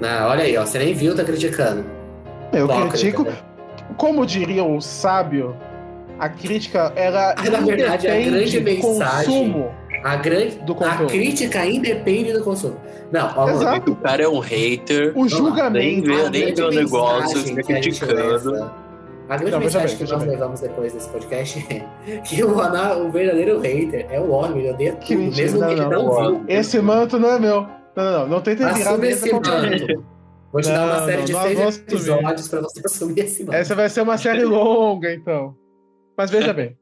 S3: Ah, olha aí, ó. Você nem viu, tá criticando.
S1: Eu
S3: Hipócrita,
S1: critico,
S3: né?
S1: como diria o sábio, a crítica era
S3: Ah, na verdade, a grande
S1: independe do
S3: mensagem-
S1: consumo.
S3: A grande.
S1: Do
S3: a
S1: conteúdo.
S3: crítica independe do consumo. Não, ó,
S1: Exato.
S2: O cara é um hater.
S1: O
S2: Nem
S1: julgamento.
S2: vê, nem
S3: A grande
S2: vê o negócio,
S3: mensagem
S2: fica
S3: que a gente
S2: criticando.
S3: leva- A grande
S1: Não, veja
S3: mensagem
S1: bem,
S3: que
S1: veja
S3: nós
S1: bem.
S3: levamos depois desse podcast é que o, ana- o verdadeiro hater é o homem, ele odeia
S1: Que
S3: tudo,
S1: mentira,
S3: mesmo que ele
S1: não,
S3: não, viu.
S1: Esse manto não é meu. Não, não, não. Não tenta virar
S3: Assume
S1: mesa
S3: esse
S1: contra mim.
S3: manto. Vou te dar
S1: Não,
S3: uma série de
S1: não, nós vamos
S3: seis
S1: assumir.
S3: episódios pra você assumir esse manto.
S1: Essa vai ser uma série longa, então. Mas veja bem.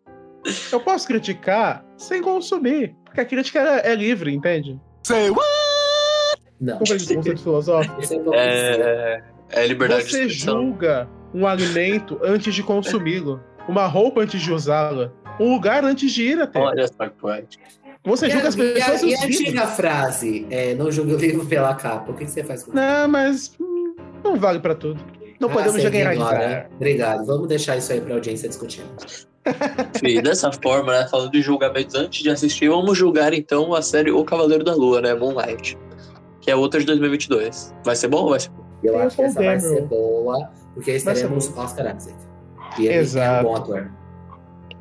S1: Eu posso criticar sem consumir. Porque a crítica é, é livre, entende?
S2: é
S3: Não,
S1: Compreende o conceito filosófico?
S3: isso é bom.
S2: É, é liberdade de
S1: Você
S2: expressão.
S1: julga um alimento antes de consumi-lo, uma roupa antes de usá-la, um lugar antes de ir até.
S2: Olha só que poético.
S1: Você
S3: E
S1: julga
S3: a,
S1: as
S3: e a-
S1: pessoas e
S3: e
S1: os
S3: a
S1: filhos.
S3: antiga frase, é, não julgue o livro pela capa, o que, que você faz com isso?
S1: Não, mas hum, não vale pra tudo. Não
S3: Ah,
S1: podemos
S3: sem
S1: generalizar.
S3: ignorar. Obrigado, vamos deixar isso aí pra audiência discutir.
S2: Enfim, dessa forma, né? Falando de julgamentos antes de assistir, vamos julgar então a série O Cavaleiro da Lua, né? Moonlight. Que é outra de 2022. Vai ser bom ou vai ser bom?
S3: Eu
S1: Eu
S3: acho que essa vai
S1: condeno.
S3: ser boa, porque aí
S1: Vai ser
S3: estaremos Oscar Isaac. E ele é um
S1: Exato.
S3: bom ator.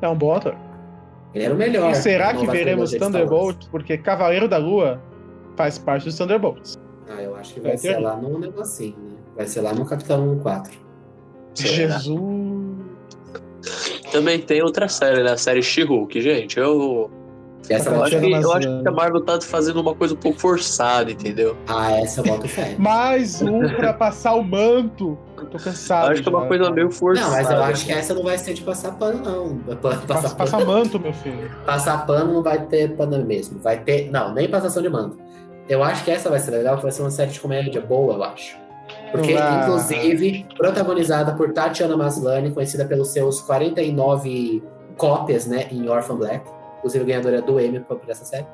S1: É um bom ator.
S3: Ele era o melhor. Então
S1: E será que
S3: Nova
S1: veremos
S3: trilogia de
S1: Thunderbolts? Porque Cavaleiro da Lua faz parte dos Thunderbolts.
S3: Star Wars. Ah, eu acho que vai,
S1: Vai ter?
S3: ser lá num negocinho, né? Vai ser lá no Capitão 4.
S2: Será?
S1: Jesus.
S2: Também tem outra série, né? A série She-Hulk, gente. Eu,
S3: E essa
S2: eu,
S1: Tá
S3: eu
S2: acho
S1: achando
S2: que, eu
S1: mais,
S2: acho
S1: eh,
S2: que a Marvel tá fazendo uma coisa um pouco forçada, entendeu?
S3: Ah, essa eu boto fé.
S1: Mais um pra passar o manto. Eu tô
S2: Eu
S1: cansado.
S2: acho que é uma
S1: já.
S2: coisa meio forçada.
S3: tá. Não, mas eu acho que essa não vai ser de passar pano, não. Pa-
S1: Passa,
S3: Passar,
S1: passa
S3: pano,
S1: manto, meu filho.
S3: passar pano não vai ter pano mesmo. Vai ter. Não, nem passação de mando. Eu acho que essa vai ser legal, que vai ser uma série de comédia boa, eu acho. Porque,
S1: Ah.
S3: inclusive, protagonizada por Tatiana Maslany, conhecida pelos seus 49 cópias, né, em Orphan Black, inclusive ganhadora do Emmy por por essa série,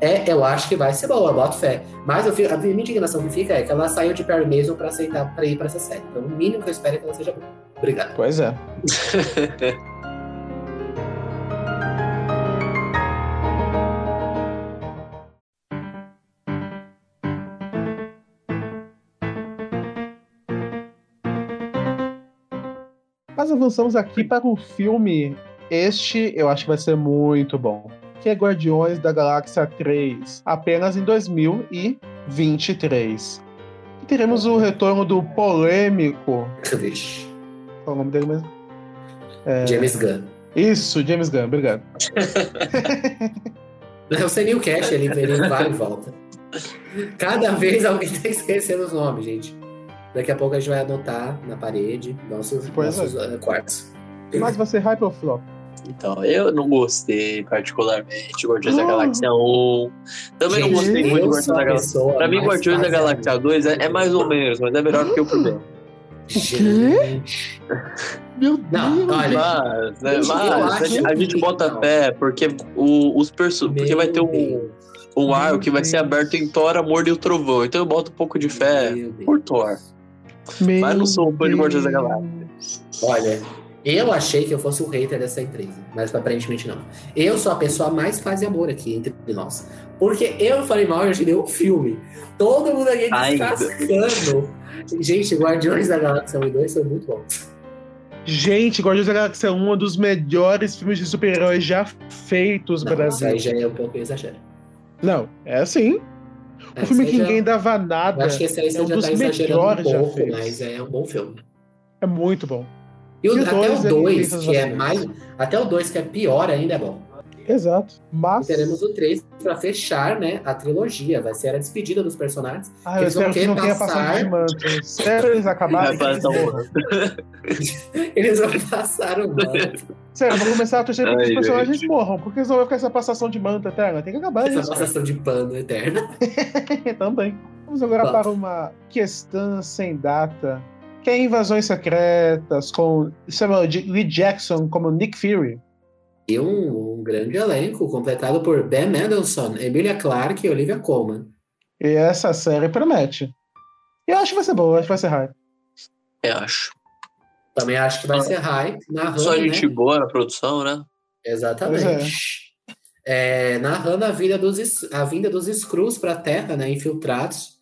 S3: é, eu acho que vai ser boa, boto fé. Mas eu fico, a minha indignação que fica é que ela saiu de Perry Mason pra aceitar pra ir pra essa série. Então, o mínimo que eu espero é que ela seja boa. Obrigado.
S1: Pois é. Mas avançamos aqui para o filme. Este eu acho que vai ser muito bom. Que é Guardiões da Galáxia 3, apenas em 2023. E teremos o retorno do polêmico.
S3: Vixe.
S1: Qual é o nome dele mesmo?
S3: James Gunn.
S1: Isso, James Gunn, obrigado.
S3: Eu sei nem o cash, ele, ele vai e volta. Cada vez alguém tá esquecendo os nomes, gente. Daqui a pouco a gente vai anotar na parede nossos,
S1: Pois
S3: nossos eh, quartos.
S1: Mas vai ser é hype ou flop?
S2: Então, eu não gostei particularmente. Guardiões
S1: Ah.
S2: da Galáxia 1. Também não gostei muito de
S3: eu
S2: Guardiões
S3: sou a
S2: da Galáxia.
S3: pessoa
S2: Pra mim,
S3: mais
S2: Guardiões da
S3: baseada.
S2: Galáxia 2 é, é mais ou menos, mas é melhor do que o primeiro.
S3: Gente,
S1: Meu
S3: Não,
S1: Deus.
S3: olha,
S2: Mas, né,
S3: Gente, eu
S2: mas a
S3: acho
S2: gente- a gente
S3: que
S2: bota
S3: não.
S2: fé porque o, os perso porque vai ter um,
S3: Meu
S2: um arco
S1: Meu
S2: que vai ser
S1: Deus.
S2: aberto em Thor, Amor e o Trovão. Então eu boto um pouco de fé
S3: Meu Deus.
S2: por Thor.
S1: Meu
S2: Mas não sou um fã de Guardiões da Galáxia.
S3: Olha, eu achei que eu fosse o hater dessa empresa, mas aparentemente não. Eu sou a pessoa mais paz e amor aqui entre nós. Porque eu falei mal e imaginei o filme. Todo mundo aqui
S2: Ainda.
S3: descascando. Gente, Guardiões da Galáxia 1 e 2 são muito bons.
S1: Gente, Guardiões da Galáxia é um dos melhores filmes de super-heróis já feitos,
S3: Não, isso
S1: Brasil.
S3: aí já é um pouco exagero.
S1: Não, é assim. Um
S3: Essa
S1: filme
S3: aí
S1: que
S3: já- é
S1: ninguém dava nada.
S3: Eu acho que esse aí
S1: É
S3: você
S1: um
S3: já
S1: dos
S3: tá exagerando um
S1: melhores já
S3: pouco,
S1: feitos.
S3: mas é um bom filme.
S1: É muito bom.
S3: E o-
S1: E o
S3: até
S1: dois,
S3: o
S1: ele
S3: 2,
S1: fez
S3: que é
S1: as
S3: mais. Até o 2, que é pior ainda, é bom.
S1: Exato.
S3: E
S1: Mas.
S3: teremos o 3 pra fechar, né? A trilogia. Vai ser a despedida dos personagens.
S1: Ah, eu
S3: eles vão
S1: espero que não tenha
S3: repassar-
S1: passado de manto. Sério, eles acabaram.
S2: Vai passar um-
S3: Eles vão passar o mano.
S1: Sério, eu vou começar a torcer pra que
S2: Ai,
S1: os personagens
S2: gente.
S1: morram, porque senão vai ficar essa passação de manto eterna. Tem que acabar
S3: Essa
S1: isso.
S3: passação de pano eterna.
S1: Também. Vamos agora
S3: Tá.
S1: para uma questão sem data. Que é invasões secretas com Samuel J- Lee Jackson como Nick Fury.
S3: E um, um grande elenco, completado por Ben Mendelsohn, Emilia Clarke e Olivia Colman.
S1: E essa série promete. E eu acho que vai ser boa, acho que vai ser hype.
S2: Eu acho.
S3: Também acho que vai ser hype, narrando,
S2: Ah. Só gente
S3: né?
S2: boa na produção, né?
S3: Exatamente. É, narrando a vida dos, es- a vinda dos Skrulls para a Terra, né? Infiltrados.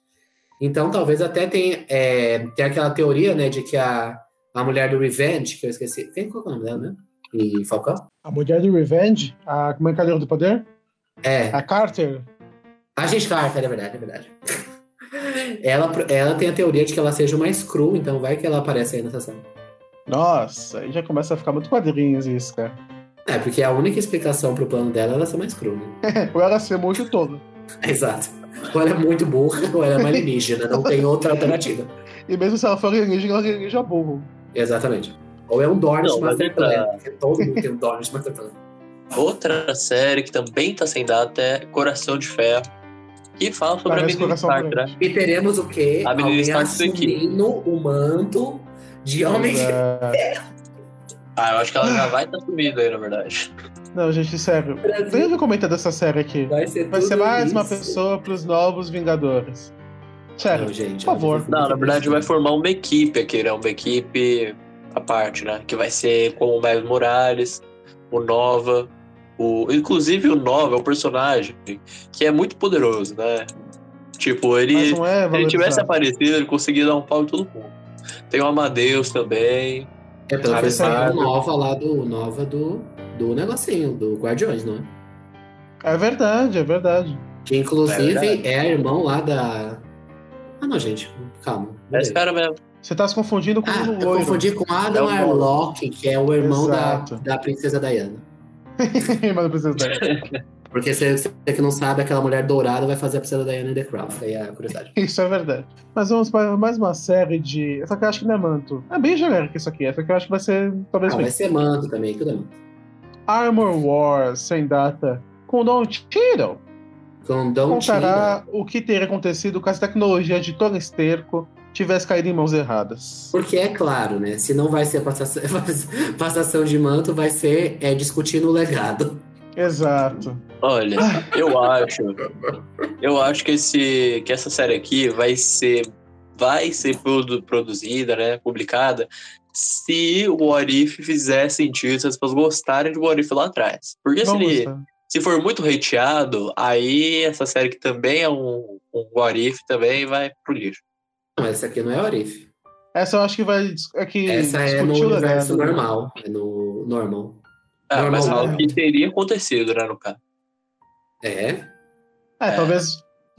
S3: Então, talvez até tenha, é, tenha aquela teoria, né? De que a, a mulher do Revenge, que eu esqueci... Quem qual que é o nome dela, né? E Falcão?
S1: A mulher do Revenge, a Mancadeira do Poder,
S3: É,
S1: a Carter.
S3: A gente Carter, é verdade, é verdade. Ela, ela tem a teoria de que ela seja uma Skrull, então vai que ela aparece aí nessa série.
S1: Nossa, aí já começa a ficar muito quadrinhos isso, cara.
S3: É, porque a única explicação pro plano dela é ela ser uma Skrull, né?
S1: Ou ela ser muito todo.
S3: Exato. Ou ela é muito burra, ou ela é uma alienígena, não tem outra alternativa.
S1: E mesmo se ela for alienígena, ela é alienígena burro.
S3: Exatamente. Ou é um Dornish
S2: Não, mas
S3: Master
S2: é pra-
S3: Plan, porque todo mundo tem um Dornish Master Plan.
S2: Outra série que também tá sem data é Coração de Ferro. Que fala sobre
S1: Parece
S2: a menina
S1: coração
S2: Stark, né?
S1: grande.
S3: E teremos o quê?
S2: A menina
S3: Alguém
S2: Stark foi aqui.
S3: assumindo o manto de homem de
S1: É...
S2: Ah, eu acho que ela já vai estar tá sumida aí, na verdade.
S1: Não, gente, sério.
S3: Brasil.
S1: Teve comentado dessa série aqui.
S3: Vai ser,
S1: Vai ser
S3: tudo
S1: mais uma
S3: isso.
S1: pessoa pros novos Vingadores. Sério.
S3: Não, gente,
S1: por favor.
S2: Não, na verdade vai formar uma equipe aqui, né? Uma equipe à parte, né? Que vai ser com o Miles Morales, o Nova, o... Inclusive o Nova é um personagem que é muito poderoso, né? Tipo,
S1: Mas
S2: ele...
S1: não é
S2: Se ele tivesse
S1: valorizado.
S2: aparecido, ele conseguia dar um pau em todo mundo. Tem o Amadeus também.
S3: É pela
S2: Sabe,
S3: versão
S2: sabe?
S3: nova lá do nova do, do negocinho, do Guardiões, não é?
S1: É verdade, é verdade.
S3: Que
S2: É
S3: inclusive
S2: verdade.
S3: é, irmão lá da. Ah não, gente, calma.
S2: É
S3: mudei.
S2: esse cara mesmo.
S1: Você tá se confundindo com
S3: Ah,
S1: o
S3: eu
S1: loiro.
S3: confundi com Adam
S2: É o Moro.
S3: Arlock, que é o irmão da,
S1: Exato.
S3: da princesa Diana.
S1: Mas não precisa dar.
S3: Porque você, você que não sabe, aquela mulher dourada vai fazer a princesa Diana em The Crown. Aí é a curiosidade.
S1: Isso é verdade. Mas vamos para mais uma série de. Essa que eu acho que não é manto. É bem genérica isso aqui. Essa que eu acho que vai ser
S3: Ah,
S1: talvez
S3: vai
S1: ruim.
S3: ser manto também, tudo bem.
S1: Armor Wars, sem data, com Don Cheadle.
S3: Com Don Cheadle.
S1: Contará o que teria acontecido caso a tecnologia de Tony Sterco tivesse caído em mãos erradas.
S3: Porque é claro, né? Se não vai ser passação, passação de manto, vai ser é, discutindo o legado.
S1: Exato.
S2: Olha, eu acho. Eu acho que, esse, que essa série aqui vai ser. Vai ser produ- produzida, né? Publicada. Se o Warif fizer sentido, se as pessoas gostarem de Warif lá atrás. Porque se,
S1: Vamos
S2: ele-
S1: lá.
S2: se for muito hateado, aí essa série que também é um, um Warif também vai pro lixo.
S3: Não, essa aqui não é Orif.
S1: Essa eu acho que vai. dis- É que
S3: Essa é no
S1: discutiu
S3: universo
S1: legado, né?
S3: normal. É no normal.
S2: Ah, mas
S3: Normal.
S2: fala o que teria acontecido, né, no caso.
S3: É.
S1: É,
S2: É.
S1: talvez.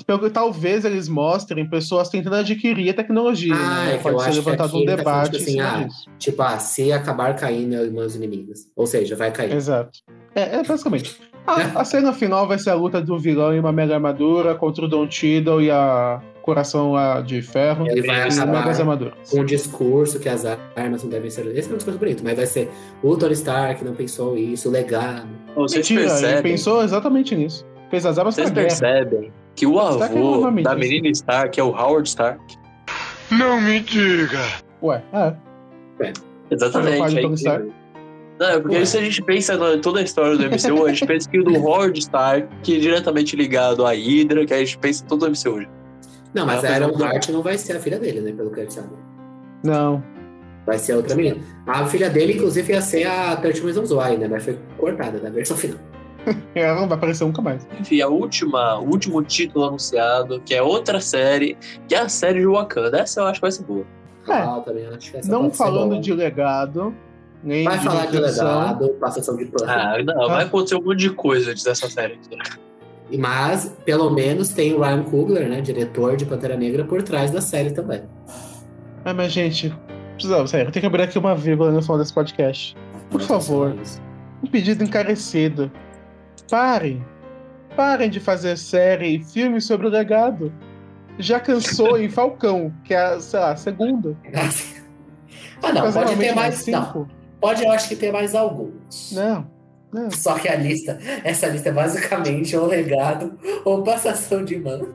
S1: pelo que- Talvez eles mostrem pessoas tentando adquirir a tecnologia.
S3: Ah,
S1: né?
S3: é que
S1: Pode
S3: eu
S1: ser
S3: acho que
S1: levantado
S3: aqui
S1: um
S3: ele tá falando,
S1: debate.
S3: tipo assim,
S1: em cima
S3: ah,
S1: disso.
S3: Tipo, ah, se acabar caindo, irmãos inimigas. Ou seja, vai cair.
S1: Exato. É, é, basicamente. A, a cena final vai ser a luta do vilão em uma mega armadura contra o Don Cheadle e a coração lá de ferro.
S3: Ele vai
S1: As megas
S3: acabar
S1: armaduras.
S3: com um discurso que as armas não devem ser. Esse é um discurso bonito, mas vai ser o Tony Stark não pensou isso, o legado.
S2: Vocês
S1: Mentira, ele
S2: percebem?
S1: pensou exatamente nisso. Fez as armas pra
S2: Vocês
S1: guerra.
S2: percebem que o
S1: Stark é um
S2: avô
S1: nome
S2: da
S1: disso.
S2: menina Stark é o Howard Stark?
S1: Ué, é. Foi o pai
S2: Exatamente.
S1: do
S2: é
S1: Tony
S2: incrível. Não, é porque se a gente pensa na toda a história do MCU, a gente pensa que o do Howard Stark que é diretamente ligado à Hydra, que a gente pensa em todo o MCU.
S3: Não, mas
S2: Ah,
S3: a
S2: mas
S1: um
S3: Iron
S2: não-
S3: Heart não vai ser a filha dele, né? Pelo que eu sabe.
S1: Não.
S3: Vai ser a outra menina. A filha dele, inclusive, ia ser a 30 Reasons Why, né? Mas foi cortada da versão final.
S1: Ela não vai aparecer nunca mais.
S2: Enfim, a última, o último título anunciado, que é outra série, que é a série de Wakanda. Essa eu acho que vai ser boa.
S1: É.
S3: Ah, também acho que essa
S1: não
S3: pode ser
S1: falando
S3: boa.
S1: de legado, nem
S3: Vai
S1: de
S3: falar de
S1: intenção.
S3: legado, passação de pano.
S2: Ah, não, vai acontecer um monte de coisa antes dessa série.
S3: Mas, pelo menos, tem o Ryan Coogler, né? Diretor de Pantera Negra, por trás da série também.
S1: Ah, mas gente, precisamos, sério, eu tenho que abrir aqui uma vírgula no final desse podcast. Por
S3: Nossa,
S1: favor,
S3: isso.
S1: um pedido encarecido. Parem. Parem de fazer série e filme sobre o legado. Já cansou em Falcão, que é, a, sei lá, a segunda.
S3: ah, não,
S1: Fazer
S3: pode ter
S1: realmente assim, Né?
S3: mais. Não,
S1: é cinco?
S3: pode, eu acho que ter mais alguns.
S1: Não. não.
S3: Só que a lista, essa lista é basicamente ou legado ou passação de mão.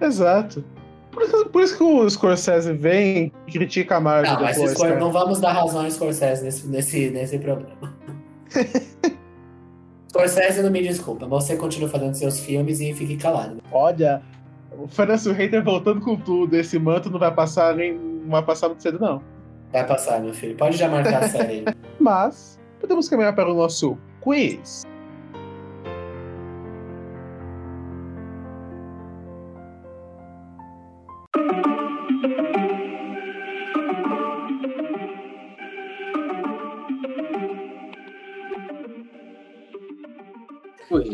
S1: Exato. Por isso, por isso que o Scorsese vem e critica a Marvel
S3: Não, mas
S1: depois.
S3: Scor-
S1: cara.
S3: não vamos dar razão ao Scorsese nesse, nesse, nesse problema. Scorsese, não me desculpa, mas você continua fazendo seus filmes e fique calado.
S1: Olha, o Francis Reiter voltando com tudo. Esse manto não vai passar nem. Não vai passar muito cedo, não.
S3: Vai passar, meu filho. Pode já marcar a série.
S1: Mas podemos caminhar para o nosso quiz.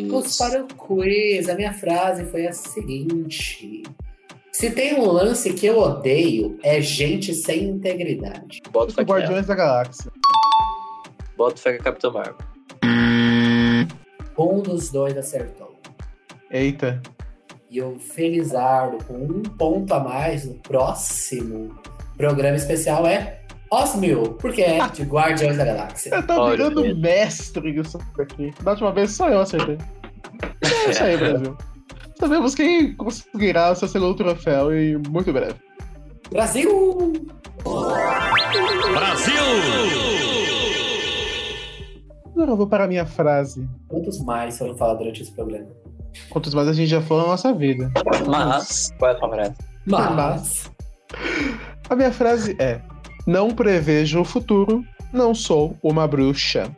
S3: Vamos para o quiz. A minha frase foi a seguinte: Se tem um lance que eu odeio, é gente sem integridade.
S2: Bota fé que é.
S1: Guardiões da Galáxia.
S2: Bota fé que é Capitão Marvel.
S3: Um dos dois acertou.
S1: Eita.
S3: E o Felizardo, com um ponto a mais no próximo programa especial, é Osmil, porque é de Guardiões da Galáxia.
S1: Eu tô
S2: Olha,
S1: virando
S2: gente.
S1: mestre disso aqui. Da última vez só eu acertei. É isso aí, Brasil. Sabemos quem conseguirá o seu segundo troféu em muito breve.
S3: Brasil!
S1: Agora eu vou para a minha frase.
S3: Quantos mais foram falar durante esse programa?
S1: Quantos mais a gente já falou na nossa vida.
S2: Mas, qual é a favorita?
S3: Mas.
S1: A minha frase é: Não prevejo o futuro, não sou uma bruxa.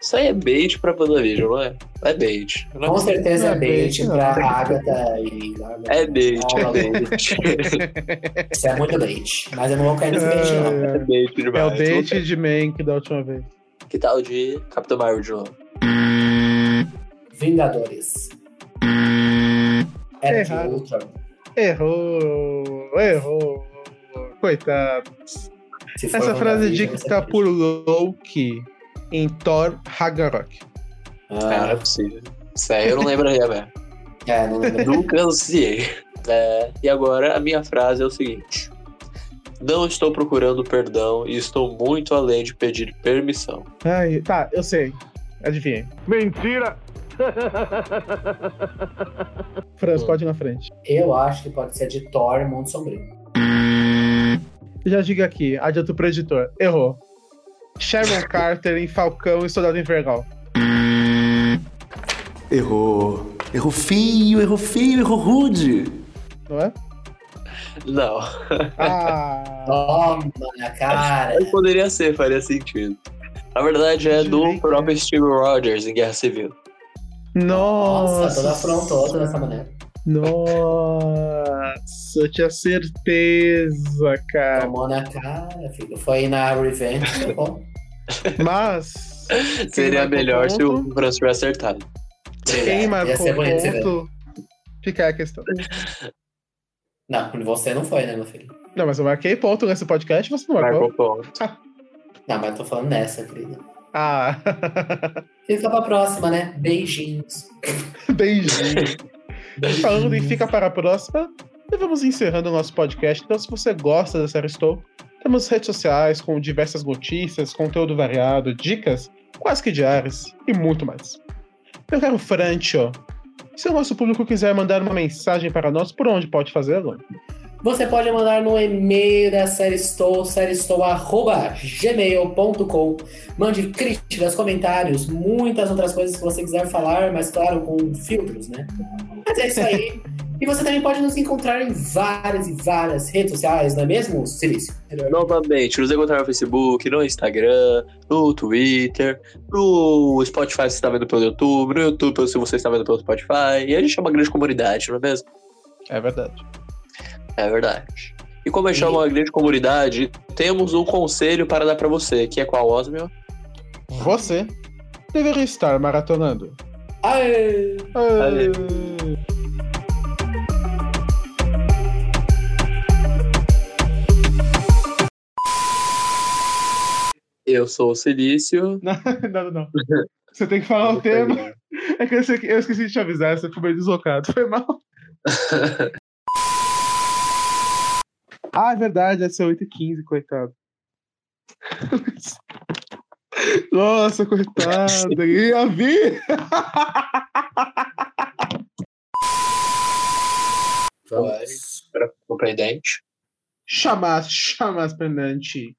S2: Isso aí é bait pra WandaVision, não é? É bait.
S3: Com certeza
S1: Não
S3: é
S1: é
S3: bait
S1: bait, não.
S3: pra Agatha e. Agatha.
S2: É bait,
S3: Ah,
S2: é bait.
S3: Isso é muito bait. Mas eu não vou cair nesse bait, não.
S2: É bait
S1: É o
S2: demais.
S1: date de Mank da última vez.
S2: Que tal de Capitão Marvel de novo?
S1: É.
S3: Vingadores. Era de
S1: Hum. Errado.
S3: Ultron.
S1: Errou, errou. Coitado.
S3: Se for
S1: Essa frase tá
S3: WandaVision,
S1: dica
S3: você
S1: está
S3: perde.
S1: por Loki em Thor Ragnarok.
S2: Cara, não é
S3: Ah,
S2: possível. Isso aí eu não lembro velho.
S3: é, não lembro.
S2: Nunca ansiei. É, e agora a minha frase é o seguinte: Não estou procurando perdão e estou muito além de pedir permissão.
S1: Ai, tá, eu sei. Adivinhei.
S7: Mentira!
S1: Franz, pode ir na frente.
S3: Eu acho que pode ser de Thor Mundo Sombrio.
S1: Já digo aqui, adianto pro editor. Errou. Sharon Carter em Falcão e Soldado Invernal.
S8: Errou. Errou feio, errou feio, errou rude.
S1: Não é?
S2: Não.
S1: Ah,
S3: Toma na cara!
S2: Mas poderia ser, faria sentido. Na verdade, é do
S1: Direito,
S2: próprio Steve Rogers em Guerra Civil.
S1: nossa.
S3: Nossa, toda afrontosa dessa maneira.
S1: Nossa, eu tinha certeza, cara.
S3: Tomou na cara, filho. Foi na Revenge, tá bom?
S1: Mas
S2: Seria
S1: marcou
S2: melhor se o
S1: ponto?
S2: Francis tivesse acertado.
S3: é, Ia
S1: quem marcou
S3: ser bonito, você vê.
S1: ponto fica a questão.
S3: Não, você não foi, né, meu filho?
S1: Não, mas eu marquei ponto nesse podcast, você não marcou.
S2: Marcou ponto.
S3: Não, mas eu tô falando nessa, querida.
S1: Ah,
S3: Fica pra próxima, né? Beijinhos.
S1: beijinho. Então, Falando em fica para a próxima, e vamos encerrando o nosso podcast. Então, se você gosta da série Estou, temos redes sociais com diversas notícias, conteúdo variado, dicas quase que diárias e muito mais. Eu quero Francho. Se o nosso público quiser mandar uma mensagem para nós, por onde pode fazê-lo?
S3: Você pode mandar no e-mail da série Estou, gmail.com. Mande críticas, comentários, muitas outras coisas que você quiser falar, mas claro, com filtros, né? Mas é isso aí. e você também pode nos encontrar em várias e várias redes sociais, não é mesmo, Silício?
S2: Novamente, nos encontrar no Facebook, no Instagram, no Twitter, no Spotify se você está vendo pelo YouTube, no YouTube se você está vendo pelo Spotify. E a gente é uma grande comunidade, não é mesmo?
S1: É verdade.
S2: É verdade. E como a gente é uma grande comunidade, temos um conselho para dar para você, que é qual, Osmio?
S1: Você deveria estar maratonando. Ah,
S3: Aê!
S2: Aê. Eu sou o Silício.
S1: Não, não, não. Você tem que falar o tema. É que eu esqueci- eu esqueci de te avisar, você ficou meio deslocado. Foi mal. ah, é verdade, essa é 8h15, coitado. Nossa, coitado. Ia vir!
S3: Vamos.
S2: Surpreendente.
S1: Chamás, chamás, pendente.